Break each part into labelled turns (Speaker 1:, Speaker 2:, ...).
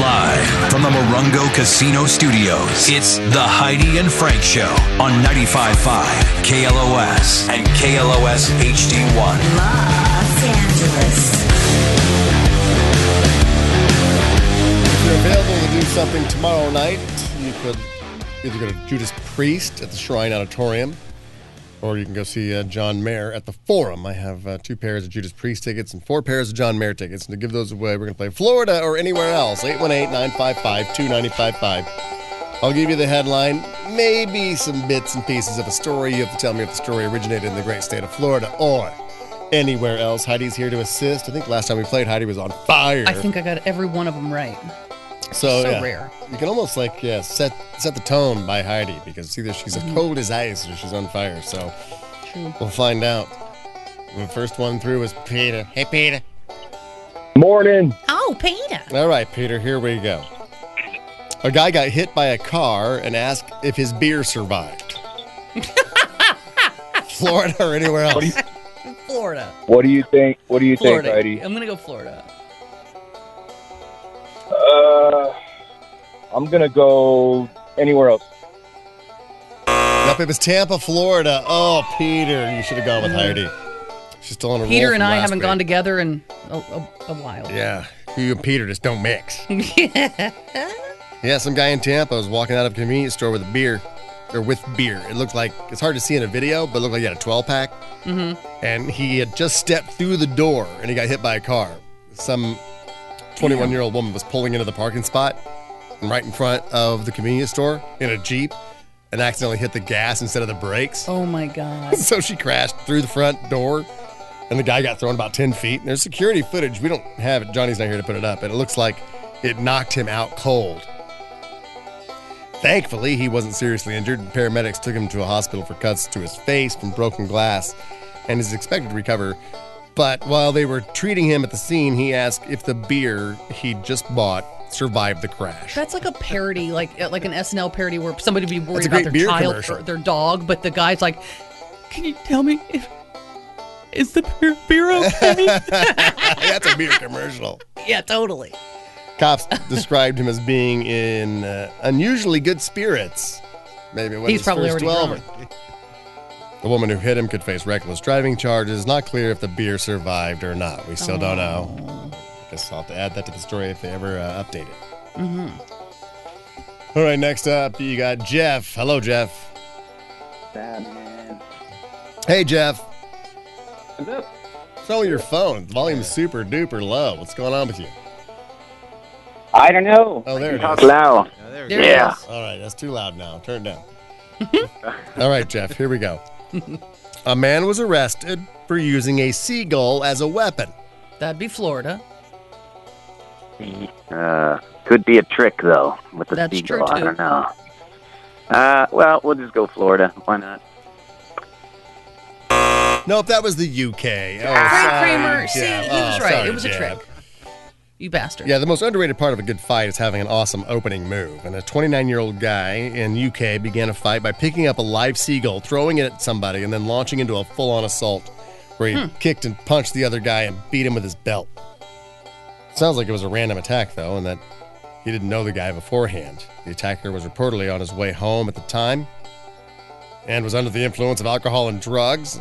Speaker 1: Live from the Morongo Casino Studios, it's the Heidi and Frank Show on 95.5 KLOS and KLOS HD1.
Speaker 2: Los Angeles.
Speaker 3: If you're available to do something tomorrow night, you could either go to Judas Priest at the Shrine Auditorium, or you can go see uh, John Mayer at the Forum. I have uh, two pairs of Judas Priest tickets and four pairs of John Mayer tickets. And to give those away, we're going to play Florida or anywhere else. 818 955 2955. I'll give you the headline, maybe some bits and pieces of a story. You have to tell me if the story originated in the great state of Florida or anywhere else. Heidi's here to assist. I think last time we played, Heidi was on fire.
Speaker 4: I think I got every one of them right.
Speaker 3: So,
Speaker 4: So
Speaker 3: yeah.
Speaker 4: rare.
Speaker 3: You can almost like yeah set set the tone by Heidi because either she's as cold as ice or she's on fire. So
Speaker 4: Mm-hmm. True.
Speaker 3: we'll find out. The first one through is Peter. Hey Peter.
Speaker 5: Morning.
Speaker 2: Oh, Peter.
Speaker 3: All right, Peter. Here we go. A guy got hit by a car and asked if his beer survived. Florida or anywhere
Speaker 5: What do you
Speaker 3: else?
Speaker 4: Florida.
Speaker 5: What do you think? What do you
Speaker 4: Florida.
Speaker 5: think, Heidi?
Speaker 4: I'm gonna go Florida.
Speaker 5: Uh, I'm gonna go anywhere else.
Speaker 3: Yep, it was Tampa, Florida. Oh, Peter, you should have gone with Heidi. She's still on a roll
Speaker 4: Mm. Peter
Speaker 3: from
Speaker 4: and I
Speaker 3: last
Speaker 4: haven't
Speaker 3: week.
Speaker 4: gone together in a, a, a while.
Speaker 3: Yeah, you and Peter just don't mix.
Speaker 4: Yeah.
Speaker 3: Yeah, some guy in Tampa was walking out of a convenience store with a beer, or with beer. It looked like it's hard to see in a video, but it looked like he had a 12 pack. Mm-hmm. And he had just stepped through the door and he got hit by a car. Some 21 year old woman was pulling into the parking spot and right in front of the convenience store in a Jeep and accidentally hit the gas instead of the brakes.
Speaker 4: Oh my God.
Speaker 3: So she crashed through the front door, and the guy got thrown about 10 feet. And there's security footage. We don't have it. Johnny's not here to put it up, but it looks like it knocked him out cold. Thankfully, he wasn't seriously injured. Paramedics took him to a hospital for cuts to his face from broken glass and is expected to recover. But while they were treating him at the scene, he asked if the beer he'd just bought survived the crash.
Speaker 4: That's like a parody, like like an SNL parody where somebody would be
Speaker 3: That's
Speaker 4: worried
Speaker 3: a
Speaker 4: about
Speaker 3: great
Speaker 4: their
Speaker 3: beer
Speaker 4: child
Speaker 3: commercial.
Speaker 4: or their dog, but the guy's like, "Can you tell me if is the beer, beer okay?"
Speaker 3: That's a beer commercial.
Speaker 4: yeah, totally.
Speaker 3: Cops described him as being in uh, unusually good spirits. Maybe it was
Speaker 4: He's
Speaker 3: his
Speaker 4: probably
Speaker 3: first
Speaker 4: already
Speaker 3: 12. The woman who hit him could face reckless driving charges. Not clear if the beer survived or not. We still don't know. I guess I'll have to add that to the story if they ever uh, update it. Mm-hmm. right, next up, you got Jeff. Hello, Jeff. Hey, Jeff. What's wrong with your phone? The volume's super duper low. What's going on with you?
Speaker 6: I don't know.
Speaker 3: Oh, there it
Speaker 6: Talk
Speaker 3: is.
Speaker 6: loud.
Speaker 4: There he
Speaker 6: Yeah.
Speaker 4: is.
Speaker 3: All right, that's too loud now. Turn it down. All right, Jeff, here we go. A man was arrested for using a seagull as a weapon.
Speaker 4: That'd be Florida.
Speaker 6: Uh, could be a trick though with the
Speaker 4: That's true,
Speaker 6: seagull. I
Speaker 4: too.
Speaker 6: don't know. Uh, well, we'll just go Florida. Why not?
Speaker 3: Nope, that was the UK. Oh,
Speaker 4: Frank
Speaker 5: Ah,
Speaker 3: sorry,
Speaker 4: Kramer.
Speaker 3: Jeff.
Speaker 4: See, he
Speaker 3: Oh,
Speaker 4: was right.
Speaker 3: sorry,
Speaker 4: it was a
Speaker 3: Jeff.
Speaker 4: trick. You bastard.
Speaker 3: Yeah, the most underrated part of a good fight is having an awesome opening move. And a 29 year old guy in UK began a fight by picking up a live seagull, throwing it at somebody, and then launching into a full on assault where he kicked and punched the other guy and beat him with his belt. Sounds like it was a random attack, though, and that he didn't know the guy beforehand. The attacker was reportedly on his way home at the time and was under the influence of alcohol and drugs.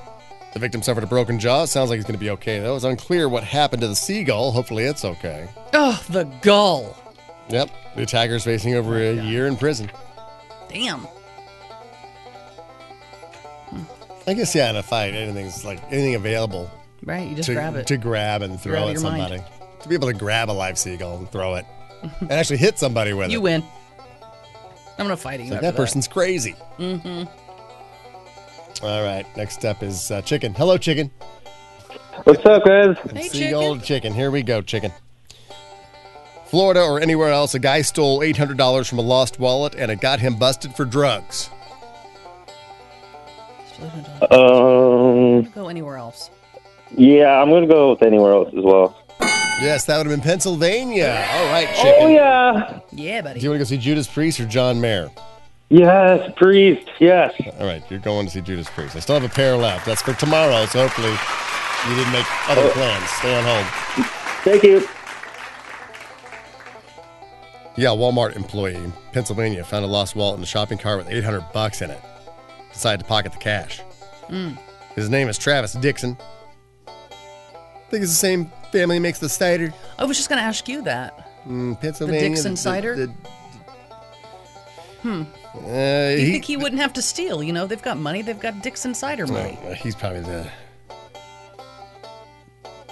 Speaker 3: The victim suffered a broken jaw. Sounds like he's going to be okay, though. It's unclear what happened to the seagull. Hopefully, it's okay.
Speaker 4: Oh, the gull.
Speaker 3: Yep. The attacker's facing over a year in prison.
Speaker 4: Damn.
Speaker 3: I guess yeah, in a fight, anything's like anything available
Speaker 4: Right, you just
Speaker 3: to
Speaker 4: grab it.
Speaker 3: to grab and
Speaker 4: out
Speaker 3: throw
Speaker 4: of
Speaker 3: at
Speaker 4: your
Speaker 3: somebody.
Speaker 4: mind.
Speaker 3: To be able to grab a live seagull and throw it, and actually hit somebody with
Speaker 4: You
Speaker 3: it.
Speaker 4: win. I'm gonna fight you.
Speaker 3: Like
Speaker 4: after
Speaker 3: that person's crazy. Mm-hmm. All right. Next up is uh, chicken. Hello, chicken.
Speaker 5: What's up, guys?
Speaker 4: Hey,
Speaker 3: Seagull chicken. chicken. Here we go, chicken. Florida or anywhere else, a guy stole $800 from a lost wallet and it got him busted for drugs.
Speaker 5: Um,
Speaker 4: Go anywhere else.
Speaker 5: yeah, I'm gonna go with anywhere else as well.
Speaker 3: Yes, that would have been Pennsylvania. All right, chicken.
Speaker 5: Oh yeah,
Speaker 4: Yeah,
Speaker 3: Do
Speaker 4: buddy.
Speaker 3: you want to go see Judas Priest or John Mayer?
Speaker 5: yes, priest, yes.
Speaker 3: All right, you're going to see Judas Priest. I still have a pair left. That's for tomorrow, so hopefully you didn't make other plans. Stay on hold.
Speaker 5: Thank you.
Speaker 3: Yeah, a Walmart employee in Pennsylvania found a lost wallet in a shopping cart with 800 bucks in it. Decided to pocket the cash.
Speaker 4: Mm.
Speaker 3: His name is Travis Dixon. think it's the same family who makes the cider
Speaker 4: I was just going to ask you that.
Speaker 3: in Pennsylvania.
Speaker 4: Dixon cider?
Speaker 3: hmm. Uh,
Speaker 4: You
Speaker 3: he-
Speaker 4: think he wouldn't have to steal? You know, they've got money. They've got Dixon cider
Speaker 3: no,
Speaker 4: money.
Speaker 3: uh, he's probably the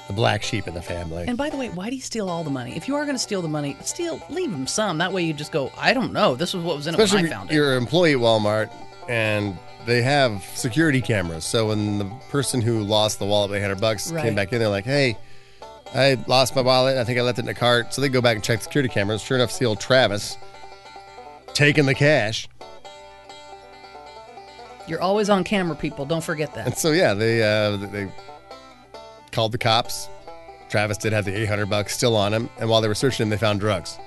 Speaker 3: the black sheep in the family.
Speaker 4: And by the way, why do you steal all the money? If you are going to steal the money, steal, leave him some. That way you just go, I don't know. This was what was in it
Speaker 3: Especially
Speaker 4: when I
Speaker 3: if
Speaker 4: found it.
Speaker 3: you're an employee at Walmart and they have security cameras. So when the person who lost the wallet, they had her bucks, came
Speaker 4: Right.
Speaker 3: back in, they're like, hey, I lost my wallet. I think I left it in the cart. So they go back and check the security cameras. Sure enough, see old Travis taking the cash.
Speaker 4: You're always on camera, people. Don't forget that.
Speaker 3: And so, yeah, they uh, they called the cops. Travis did have the 800 bucks still on him. And while they were searching him, they found drugs.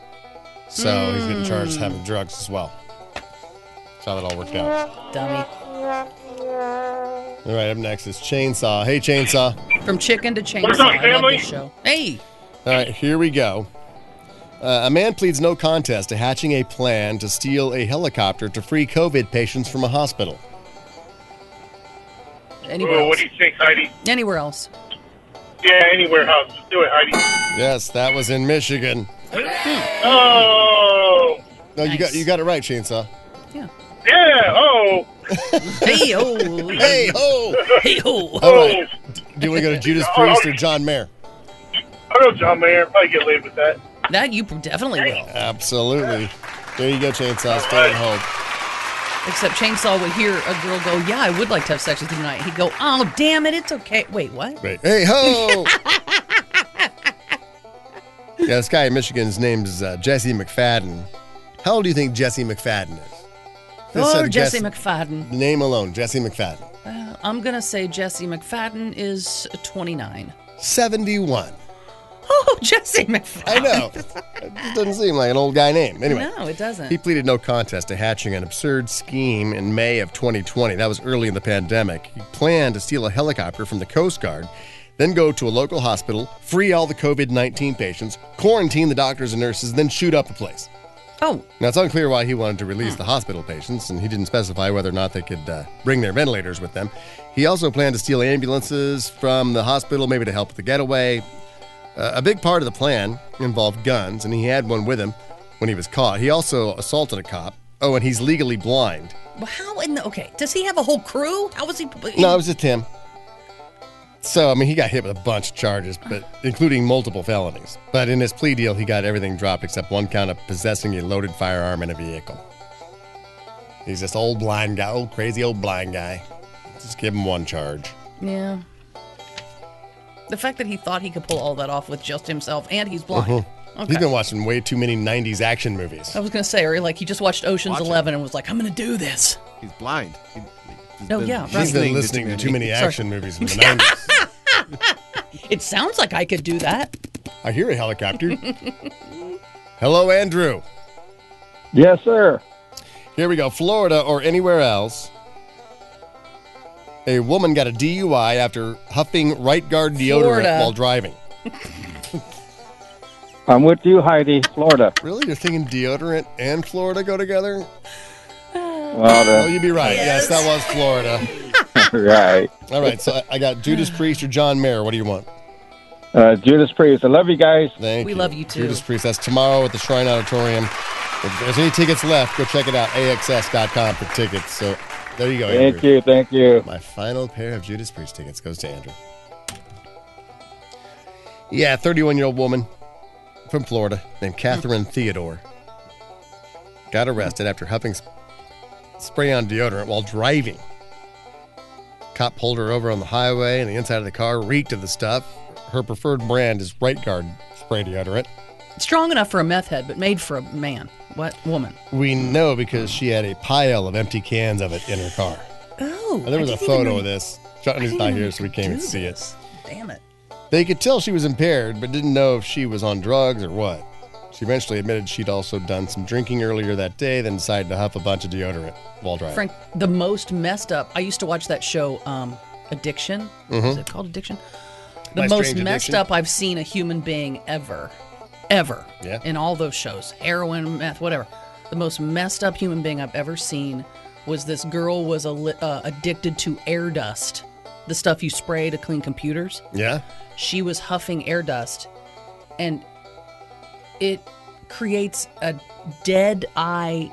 Speaker 3: So he's getting charged with having drugs as well. That's how that all worked out.
Speaker 4: Dummy.
Speaker 3: All right, up next is Chainsaw. Hey, Chainsaw.
Speaker 4: From chicken to chainsaw.
Speaker 7: What's up,
Speaker 4: I love
Speaker 7: family?
Speaker 4: this show. Hey,
Speaker 3: All right, here we go. Uh, a man pleads no contest to hatching a plan to steal a helicopter to free COVID patients from a hospital.
Speaker 4: anywhere
Speaker 7: Well, what
Speaker 4: else?
Speaker 7: do you think, Heidi?
Speaker 4: Anywhere else?
Speaker 7: Yeah, anywhere house. Just do it, Heidi.
Speaker 3: Yes, that was in Michigan.
Speaker 7: Oh,
Speaker 3: No, you got
Speaker 4: Nice.
Speaker 3: you got it right, Chainsaw.
Speaker 4: Yeah.
Speaker 7: yeah. Oh,
Speaker 4: Hey, oh.
Speaker 3: Hey ho!
Speaker 4: Hey, oh.
Speaker 3: All right. D- Do you want to go to Judas Priest or John Mayer?
Speaker 7: I know John Mayer. Probably get laid with that.
Speaker 4: That you definitely will.
Speaker 3: Absolutely. There you go, Chainsaw. Stay at home.
Speaker 4: Except Chainsaw would hear a girl go, Yeah, I would like to have sex with you tonight. He'd go, Oh, damn it. It's okay. Wait, what?
Speaker 3: Wait, hey ho! yeah, this guy in Michigan's name is uh, Jesse McFadden. How old do you think Jesse McFadden is? Just
Speaker 4: Oh,
Speaker 3: said guess-
Speaker 4: Jesse McFadden.
Speaker 3: Name alone, Jesse McFadden.
Speaker 4: Uh, I'm going to say Jesse McFadden is 29.
Speaker 3: 71.
Speaker 4: Oh, Jesse McFadden.
Speaker 3: I know. it just doesn't seem like an old guy name. Anyway,
Speaker 4: No, it doesn't.
Speaker 3: he pleaded no contest to hatching an absurd scheme in May of 2020. That was early in the pandemic. He planned to steal a helicopter from the Coast Guard, then go to a local hospital, free all the COVID 19 patients, quarantine the doctors and nurses, then shoot up the place.
Speaker 4: oh,
Speaker 3: Now, it's unclear why he wanted to release the hospital patients, and he didn't specify whether or not they could uh, bring their ventilators with them. He also planned to steal ambulances from the hospital, maybe to help with the getaway. Uh, a big part of the plan involved guns, and he had one with him when he was caught. He also assaulted a cop. Oh, and he's legally blind.
Speaker 4: well, how in the. Okay. Does he have a whole crew? How was he.
Speaker 3: No, it was just him. So, I mean, he got hit with a bunch of charges, but including multiple felonies. But in his plea deal, he got everything dropped except one count of possessing a loaded firearm in a vehicle. He's this old blind guy, old crazy old blind guy. Just give him one charge.
Speaker 4: Yeah. The fact that he thought he could pull all that off with just himself and he's blind.
Speaker 3: Mm-hmm.
Speaker 4: Okay. Oh,
Speaker 3: He's been watching way too many 90s action movies.
Speaker 4: I was gonna say, or like he just watched Ocean's
Speaker 8: Watch it.
Speaker 4: Eleven and was like, "I'm gonna do this."
Speaker 8: He's blind. He, he's
Speaker 4: Oh,
Speaker 8: been
Speaker 4: yeah, right.
Speaker 3: He's
Speaker 8: listening
Speaker 3: been listening to too many
Speaker 4: Sorry.
Speaker 3: action movies in the 90s.
Speaker 4: It sounds like I could do that.
Speaker 3: I hear a helicopter. Hello, Andrew.
Speaker 5: Yes, sir.
Speaker 3: Here we go. Florida or anywhere else. A woman got a DUI after huffing right guard deodorant
Speaker 4: Florida.
Speaker 3: while driving.
Speaker 5: I'm with you, Heidi. Florida.
Speaker 3: Really? You're thinking deodorant and Florida go together? Oh,
Speaker 5: Well,
Speaker 3: you'd be right. Yes, that was Florida.
Speaker 5: that's right.
Speaker 3: All right, so I- I got Judas Priest or John Mayer. What do you want?
Speaker 5: Uh, Judas Priest. I love you guys.
Speaker 3: Thank
Speaker 4: We
Speaker 3: you.
Speaker 4: love you too.
Speaker 3: Judas Priest. That's tomorrow at the Shrine Auditorium. If there's any tickets left, go check it out. AXS.com for tickets. So there you go,
Speaker 5: Thank
Speaker 3: Andrew.
Speaker 5: you. Thank you.
Speaker 3: My final pair of Judas Priest tickets goes to Andrew. Yeah, 31 year old woman from Florida named Catherine Theodore got arrested after huffing spray on deodorant while driving. Cop pulled her over on the highway, and the inside of the car reeked of the stuff. Her preferred brand is Right Guard spray deodorant.
Speaker 4: Strong enough for a meth head, but made for a man. What woman?
Speaker 3: We know because she had a pile of empty cans of it in her car.
Speaker 4: Oh,
Speaker 3: Now, there was a photo of this. Johnny's not here, so we can't even see it.
Speaker 4: Damn it!
Speaker 3: They could tell she was impaired, but didn't know if she was on drugs or what. She eventually admitted she'd also done some drinking earlier that day, then decided to huff a bunch of deodorant while driving.
Speaker 4: Frank, the most messed up. I used to watch that show, um, Addiction. Is it called Addiction? The
Speaker 3: My
Speaker 4: most
Speaker 3: Mm-hmm. Strange
Speaker 4: messed
Speaker 3: Addiction.
Speaker 4: up I've seen a human being ever ever
Speaker 3: Yeah.
Speaker 4: in all those shows heroin, meth, whatever. The most messed up human being I've ever seen was this girl was a li- uh, addicted to air dust, the stuff you spray to clean computers.
Speaker 3: Yeah.
Speaker 4: She was huffing air dust, and it creates a dead eye.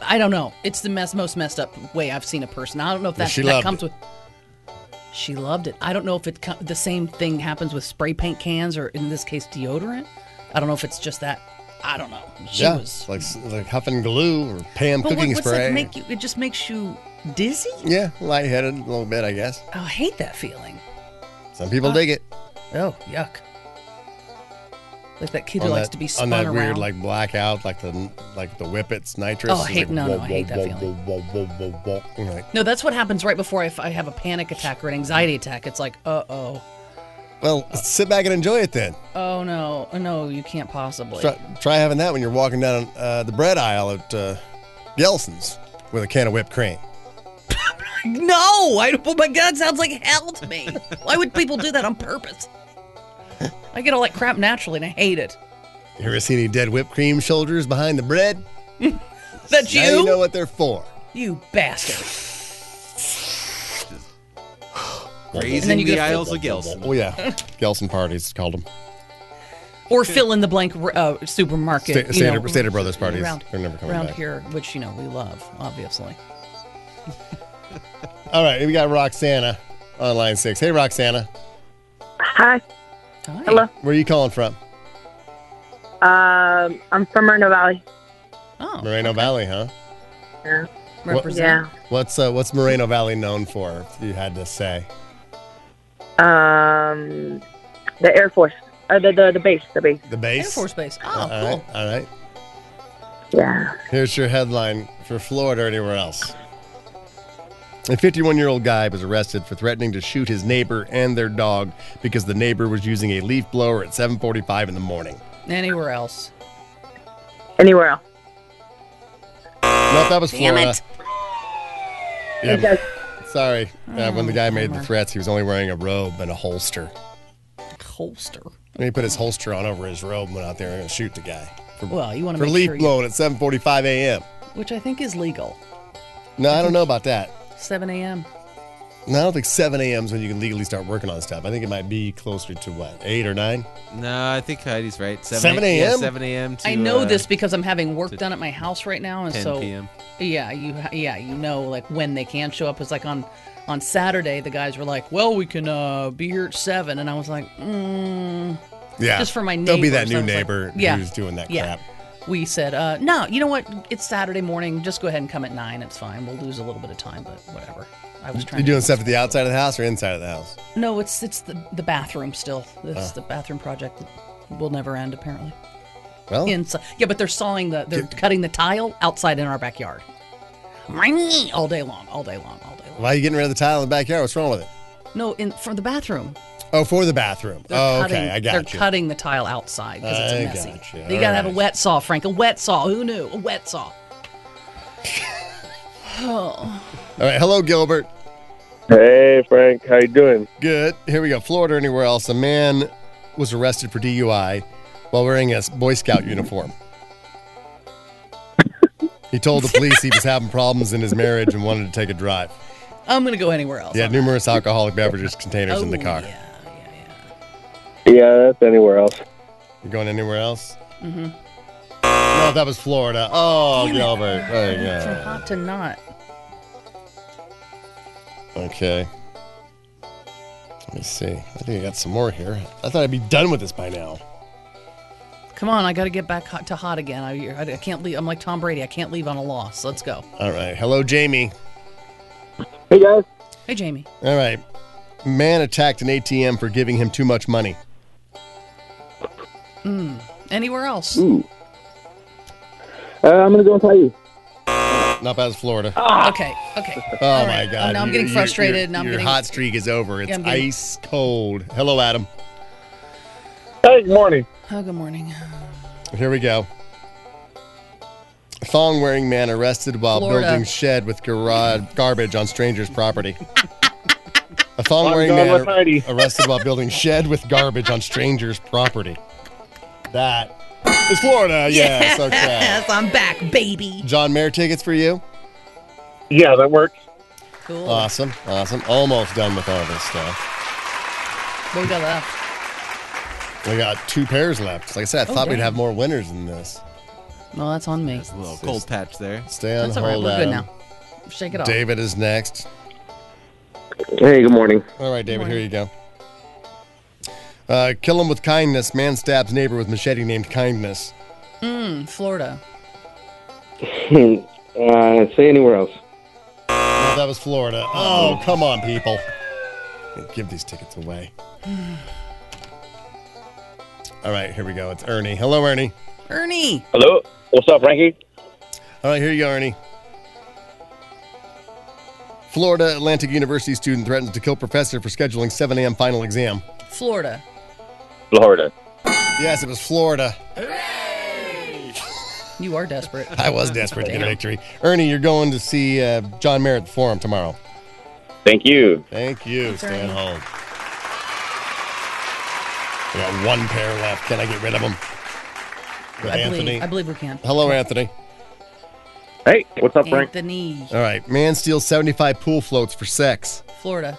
Speaker 4: I don't know. It's the mess, most messed up way I've seen a person. I don't know if
Speaker 3: Yeah,
Speaker 4: that,
Speaker 3: she
Speaker 4: that
Speaker 3: loved
Speaker 4: comes
Speaker 3: it.
Speaker 4: with. She loved it. I don't know if it co- the same thing happens with spray paint cans or in this case deodorant. I don't know if it's just that. I don't know. She
Speaker 3: yeah.
Speaker 4: was.
Speaker 3: Like like huffing glue or Pam
Speaker 4: but what,
Speaker 3: cooking
Speaker 4: what's
Speaker 3: spray.
Speaker 4: that make you? It just makes you dizzy. Oh,
Speaker 3: yeah, lightheaded a little bit, I guess.
Speaker 4: I hate that feeling.
Speaker 3: Some people dig it.
Speaker 4: Oh, yuck. Like that kid
Speaker 3: on
Speaker 4: who likes
Speaker 3: that-
Speaker 4: to be
Speaker 3: on
Speaker 4: spun
Speaker 3: that
Speaker 4: around.
Speaker 3: weird like blackout, like the like the whippets nitrous.
Speaker 4: Oh, I
Speaker 3: It's
Speaker 4: hate-
Speaker 3: like,
Speaker 4: no, no,
Speaker 3: whoa,
Speaker 4: I
Speaker 3: whoa,
Speaker 4: hate that
Speaker 3: whoa,
Speaker 4: feeling.
Speaker 3: whoa, whoa, whoa, whoa, whoa. You're like,
Speaker 4: No, that's what happens right before if I have a panic attack or an anxiety attack. It's like, uh oh,
Speaker 3: well, sit back and enjoy it then.
Speaker 4: oh no, no, you can't possibly.
Speaker 3: Try, try having that when you're walking down uh, the bread aisle at uh, Gelson's with a can of whipped cream.
Speaker 4: No, I, oh my God, sounds like hell to me. Why would people do that on purpose? I get all that crap naturally, and I hate it.
Speaker 3: You ever see any dead whipped cream shoulders behind the bread?
Speaker 4: That's
Speaker 3: Now you
Speaker 4: you,
Speaker 3: know what they're for.
Speaker 4: you bastard.
Speaker 8: Raising
Speaker 4: you
Speaker 8: the
Speaker 4: get a-
Speaker 8: aisles of Gelson.
Speaker 3: Oh yeah, Gelson parties called them.
Speaker 4: Or fill in the blank uh, supermarket.
Speaker 3: Sta-
Speaker 4: you
Speaker 3: Stater,
Speaker 4: know,
Speaker 3: Stater Brothers parties.
Speaker 4: around-
Speaker 3: they're never coming
Speaker 4: around
Speaker 3: back.
Speaker 4: here, which you know we love, obviously.
Speaker 3: All right, we got Roxana on line six. Hey, Roxana,
Speaker 9: Hi.
Speaker 4: Hi.
Speaker 9: Hello.
Speaker 3: where are you calling from?
Speaker 9: Um, I'm from Moreno Valley.
Speaker 4: Oh,
Speaker 3: Moreno Valley, huh?
Speaker 9: Yeah.
Speaker 4: represent.
Speaker 9: yeah.
Speaker 3: What's uh, what's Moreno Valley known for? If you had to say,
Speaker 9: Um, the Air Force. Uh, the, the the base. The base.
Speaker 3: the base.
Speaker 4: Air Force Base. Oh,
Speaker 3: All right,
Speaker 4: cool.
Speaker 3: all right.
Speaker 9: Yeah.
Speaker 3: Here's your headline for Florida or anywhere else. A 51 year old guy was arrested for threatening to shoot his neighbor and their dog because the neighbor was using a leaf blower at 7:45 in the morning.
Speaker 4: Anywhere else?
Speaker 9: Anywhere else.
Speaker 3: No, that was
Speaker 4: Damn
Speaker 3: Florida.
Speaker 4: it.
Speaker 3: Yeah,
Speaker 9: It does.
Speaker 3: sorry.
Speaker 4: Oh,
Speaker 3: Uh, when the guy made the
Speaker 4: bummer.
Speaker 3: threats, he was only wearing a robe and a holster.
Speaker 4: Holster.
Speaker 3: And he put his holster on over his robe and went out there and shoot the guy for,
Speaker 4: Well, you want to
Speaker 3: for
Speaker 4: make
Speaker 3: leaf
Speaker 4: sure you-
Speaker 3: blowing at 7:45 a.m.
Speaker 4: which I think is legal.
Speaker 3: No, I don't know about that.
Speaker 4: 7 a.m.
Speaker 3: No, I don't think 7 a.m. is when you can legally start working on stuff. I think it might be closer to what, 8 or 9?
Speaker 8: No, I think Heidi's right.
Speaker 3: 7
Speaker 8: Yeah,
Speaker 3: a.m.?
Speaker 8: 7 a.m. to,
Speaker 4: I know
Speaker 8: uh,
Speaker 4: this because I'm having work done at my house right now, and
Speaker 8: 10
Speaker 4: so
Speaker 8: p.m.
Speaker 4: yeah, you ha- yeah you know like when they can show up. It's like on on Saturday, the guys were like, "Well, we can uh, be here at 7. and I was like, mm.
Speaker 3: Yeah.
Speaker 4: Just for my
Speaker 3: Don't be that
Speaker 4: neighbors,
Speaker 3: new
Speaker 4: I was like-
Speaker 3: neighbor
Speaker 4: Yeah.
Speaker 3: who's doing that
Speaker 4: Yeah.
Speaker 3: crap.
Speaker 4: We said, uh, "No, you know what? It's Saturday morning. Just go ahead and come at nine. It's fine. We'll lose a little bit of time, but whatever." I was trying.
Speaker 3: You're
Speaker 4: to-
Speaker 3: doing stuff at the outside of the house or inside of the house?
Speaker 4: No, it's it's the, the bathroom still. It's the bathroom project that will never end apparently.
Speaker 3: Well,
Speaker 4: Inside, yeah, but they're sawing the they're cutting the tile outside in our backyard. All day long, all day long, all day long.
Speaker 3: why are you getting rid of the tile in the backyard? What's wrong with it?
Speaker 4: No, in for the bathroom.
Speaker 3: Oh, for the bathroom.
Speaker 4: They're
Speaker 3: oh,
Speaker 4: cutting,
Speaker 3: okay. I got
Speaker 4: They're
Speaker 3: you.
Speaker 4: cutting the tile outside because
Speaker 3: I
Speaker 4: it's messy.
Speaker 3: got you.
Speaker 4: you
Speaker 3: All
Speaker 4: gotta have a
Speaker 3: right.
Speaker 4: wet saw, Frank. A wet saw. Who knew? A wet saw. oh,
Speaker 3: All right. Hello, Gilbert.
Speaker 7: Hey, Frank. How you doing?
Speaker 3: Good. Here we go. Florida, or anywhere else. A man was arrested for DUI while wearing a Boy Scout uniform. He told the police he was having problems in his marriage and wanted to take a drive.
Speaker 4: I'm gonna go anywhere else.
Speaker 3: He had numerous alcoholic beverages containers
Speaker 4: oh,
Speaker 3: in the car.
Speaker 4: Yeah, yeah, yeah.
Speaker 5: Yeah, that's anywhere else.
Speaker 3: You going anywhere else? Mm-hmm. No, that was Florida. Oh, Gilbert. There you
Speaker 4: From
Speaker 3: go.
Speaker 4: hot to not.
Speaker 3: Okay. Let me see. I think I got some more here. I thought I'd be done with this by now.
Speaker 4: Come on, I gotta get back hot to hot again. I, I can't leave. I'm like Tom Brady. I can't leave on a loss. Let's go.
Speaker 3: All right. Hello, Jamie.
Speaker 5: Hey guys.
Speaker 4: Hey, Jamie.
Speaker 3: All right. Man attacked an ATM for giving him too much money.
Speaker 4: Anywhere else?
Speaker 5: Uh, I'm gonna go with Heidi.
Speaker 3: Not bad as Florida. Oh,
Speaker 4: Okay, okay.
Speaker 3: my
Speaker 4: right.
Speaker 3: God.
Speaker 4: Now I'm
Speaker 3: Your-
Speaker 4: getting
Speaker 3: your-
Speaker 4: frustrated,
Speaker 3: Your,
Speaker 4: now I'm
Speaker 3: your
Speaker 4: getting-
Speaker 3: hot streak is over. It's
Speaker 4: I'm getting-
Speaker 3: ice cold. Hello, Adam.
Speaker 7: Hey, good morning.
Speaker 4: Oh, good morning.
Speaker 3: Here we go. Thong wearing man arrested while
Speaker 4: Florida.
Speaker 3: building shed with garage garbage on stranger's property. A thong wearing
Speaker 7: I'm going
Speaker 3: man
Speaker 7: with Heidi.
Speaker 3: arrested while building shed with garbage on stranger's property. That It's Florida. Yes. Okay.
Speaker 4: Yes, I'm back, baby.
Speaker 3: John Mayer tickets for you.
Speaker 7: Yeah, that works.
Speaker 4: Cool.
Speaker 3: Awesome. Awesome. Almost done with all this stuff.
Speaker 4: what we got left?
Speaker 3: We got two pairs left. Like I said, I
Speaker 4: Oh,
Speaker 3: thought we'd
Speaker 4: dang.
Speaker 3: have more winners than this.
Speaker 4: Well, that's on me.
Speaker 8: There's a little cold patch there.
Speaker 3: Stay on
Speaker 4: That's all right.
Speaker 3: hold.
Speaker 4: We're good
Speaker 3: Adam.
Speaker 4: now. Shake it off.
Speaker 3: David is next.
Speaker 5: Hey, good morning.
Speaker 3: All right, David, here you go. Uh, kill him with kindness. Man stabs neighbor with machete named Kindness.
Speaker 4: Mm, Florida.
Speaker 5: uh, say anywhere else.
Speaker 3: Oh, that was Florida. Oh, come on, people. Give these tickets away. All right, here we go. It's Ernie. Hello, Ernie.
Speaker 4: Ernie.
Speaker 7: Hello. What's up, Frankie?
Speaker 3: All right, here you go, Ernie. Florida Atlantic University student threatens to kill professor for scheduling 7 a.m. final exam.
Speaker 4: Florida.
Speaker 7: Florida.
Speaker 3: Yes, it was Florida.
Speaker 4: You are desperate.
Speaker 3: I was desperate to get a victory. Ernie, you're going to see uh, John Merritt at the forum tomorrow.
Speaker 7: Thank you.
Speaker 3: Thank you.
Speaker 4: Thanks,
Speaker 3: Stay at
Speaker 4: Ernie.
Speaker 3: home. We got one pair left. Can I get rid of them? With
Speaker 4: I
Speaker 3: Anthony.
Speaker 4: believe. I believe we can.
Speaker 3: Hello, Anthony.
Speaker 7: Hey, what's up, Frank?
Speaker 4: Anthony.
Speaker 3: All right. Man steals 75 pool floats for sex.
Speaker 4: Florida.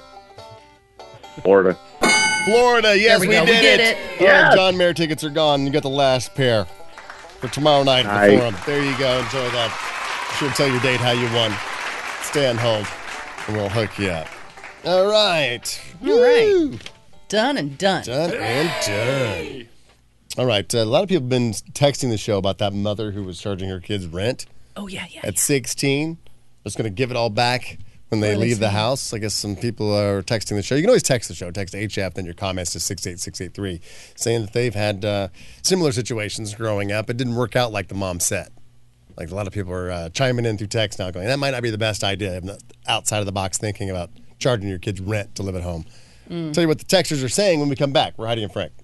Speaker 7: Florida.
Speaker 3: Florida. Yes,
Speaker 4: we go. We
Speaker 3: did
Speaker 4: did
Speaker 3: it.
Speaker 4: it.
Speaker 3: All right, John Mayer tickets are gone. You got the last pair for tomorrow night at the
Speaker 7: Nice.
Speaker 3: forum. There you go. Enjoy that. Be sure to tell your date how you won. Stay on hold, and we'll hook you up. All right.
Speaker 4: All right.
Speaker 3: Woo.
Speaker 4: Done and done.
Speaker 3: Done and done. All right. uh, A lot of people have been texting the show about that mother who was charging her kids rent
Speaker 4: Oh yeah, yeah.
Speaker 3: at 16. Just going to give it all back when they leave the house. I guess some people are texting the show. You can always text the show. Text HF, then your comments to 68683, saying that they've had uh, similar situations growing up. It didn't work out like the mom said. Like a lot of people are uh, chiming in through text now going, that might not be the best idea. I'm not outside of the box thinking about charging your kids rent to live at home. Tell you what the texters are saying when we come back. We're Heidi and Frank.